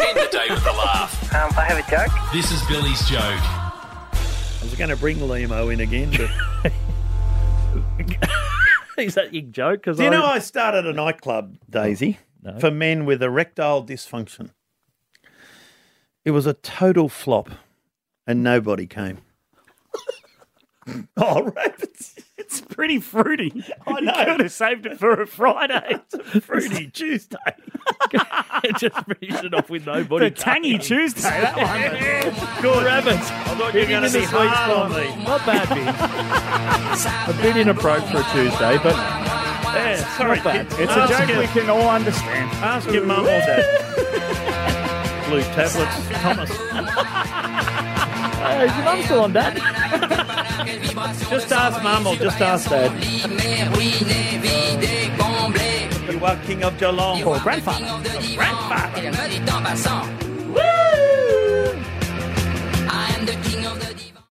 End the day with a laugh. Um, I have a joke. This is Billy's joke. I was going to bring Limo in again, but Is that your joke? Because do you know I started a nightclub, Daisy, Oh, for men with erectile dysfunction. It was a total flop, and nobody came. oh, rabbits! it's pretty fruity. I know. You could have saved it for a Friday. Fruity Tuesday. Just finish it off with nobody. The tangy Tuesday, that one. Good rabbits. I thought you were going to be hard on me. Not bad, Big. a bit inappropriate for a Tuesday, but Yeah, sorry, bad. kid. it's a Ask joke your- we can all understand. Ask your mum or dad. Blue tablets, Thomas. Hey, is your mum still on that? Just ask mum or just ask dad. You are king of Geelong. Or grandfather. grandfather. I am the king of the divine.